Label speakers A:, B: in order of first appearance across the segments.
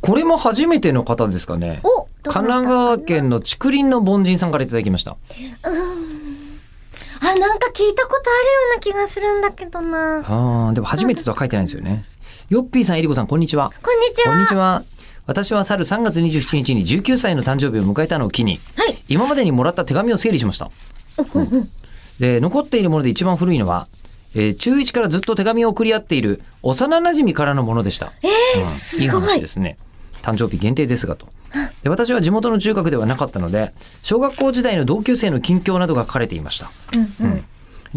A: これも初めての方ですかね。
B: お
A: 神奈川県の竹林の凡人さんからいただきました。
B: あなんか聞いたことあるような気がするんだけどな
A: ああ、でも初めてとは書いてないんですよね。ヨッピーさん、えりこさん、こんにちは。
B: こんにちは
A: こんにちは。私は去る3月27日に19歳の誕生日を迎えたのを機に、
B: はい
A: 今までにもらった手紙を整理しました。で、残っているもので一番古いのは、えー中1からずっと手紙を送り合っている幼馴染からのものでした。
B: えー、
A: いい
B: すごい
A: 話ですね。誕生日限定ですがと。で私は地元の中学ではなかったので小学校時代の同級生の近況などが書かれていました、うん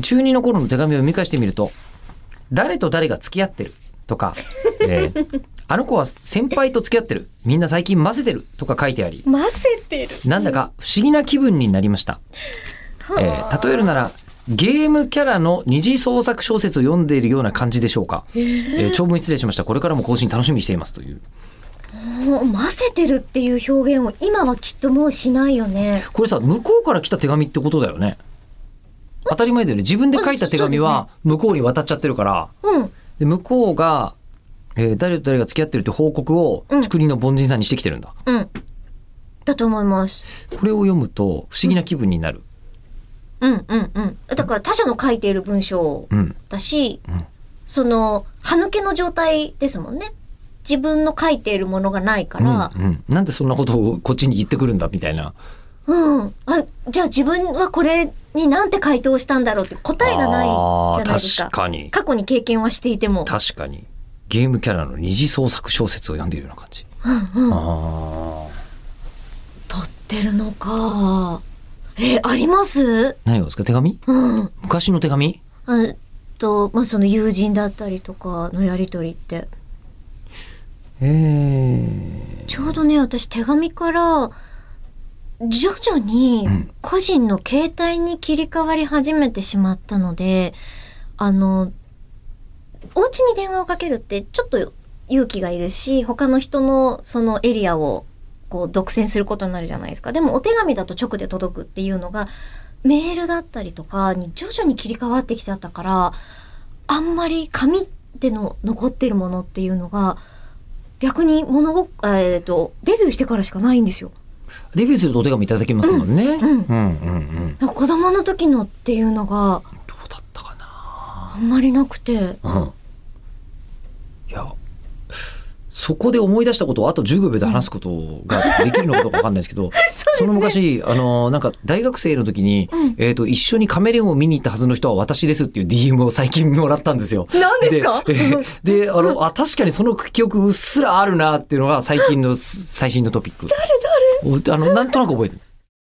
A: 中2の頃の手紙を見返してみると「誰と誰が付き合ってる」とか、えーあの子は先輩と付き合ってるみんな最近混ぜてる」とか書いてあり
B: 混ぜてる
A: なんだか不思議な気分になりました、えー例えるならゲームキャラの二次創作小説を読んでいるような感じでしょうか、えー長文失礼しましたこれからも更新楽しみにしていますという
B: もう混ぜてるっていう表現を今はきっともうしないよね
A: これさ向こうから来た手紙ってことだよね当たり前だよね自分で書いた手紙は向こうに渡っちゃってるから
B: うん
A: で向こうが、えー誰と誰が付き合ってるって報告を
B: うん
A: 竹林の凡人さんにしてきてるんだ、
B: うんだと思います
A: これを読むと不思議な気分になる、
B: うんうんうんだから他者の書いている文章
A: うん
B: だし、その歯抜けの状態ですもんね自分の書いているものがないか
A: うん
B: ら、
A: うんなんでそんなことをこっちに言ってくるんだみたいな
B: うん、あじゃあ自分はこれになんて回答したんだろうって答えがない
A: あー
B: じゃないですか
A: 確かに
B: 過去に経験はしていても
A: 確かにゲームキャラの二次創作小説を読んでいるような感じ、あー
B: 取ってるのかえあります
A: 何がですか手紙
B: うん
A: 昔の手紙
B: あとまあその友人だったりとかのやり取りって
A: えー、
B: ちょうどね私手紙から徐々に個人の携帯に切り替わり始めてしまったのであのお家に電話をかけるってちょっと勇気がいるし他の人のそのエリアをこう独占することになるじゃないですかでもお手紙だと直で届くっていうのがメールだったりとかに徐々に切り替わってきちゃったからあんまり紙での残ってるものっていうのが逆に物ごえっ、とデビューしてからしかないんですよ。
A: デビューするとお手紙いただきますもんね、
B: ん
A: うんうんうん
B: なんか子供の時のっていうのが
A: どうだったか
B: あんまりなくて、
A: な。うん。いや、そこで思い出したことをあと15秒で話すことができるのかどうかわかんないですけ ど、その昔、あの、なんか大学生の時に、えっ、と、一緒にカメレオンを見に行ったはずの人は私ですっていう DM を最近もらったんですよ。
B: 何ですか
A: で、えーであの、あ、確かにその記憶うっすらあるなっていうのが最近のす最新のトピック。誰誰あの、なんとなく覚えてる。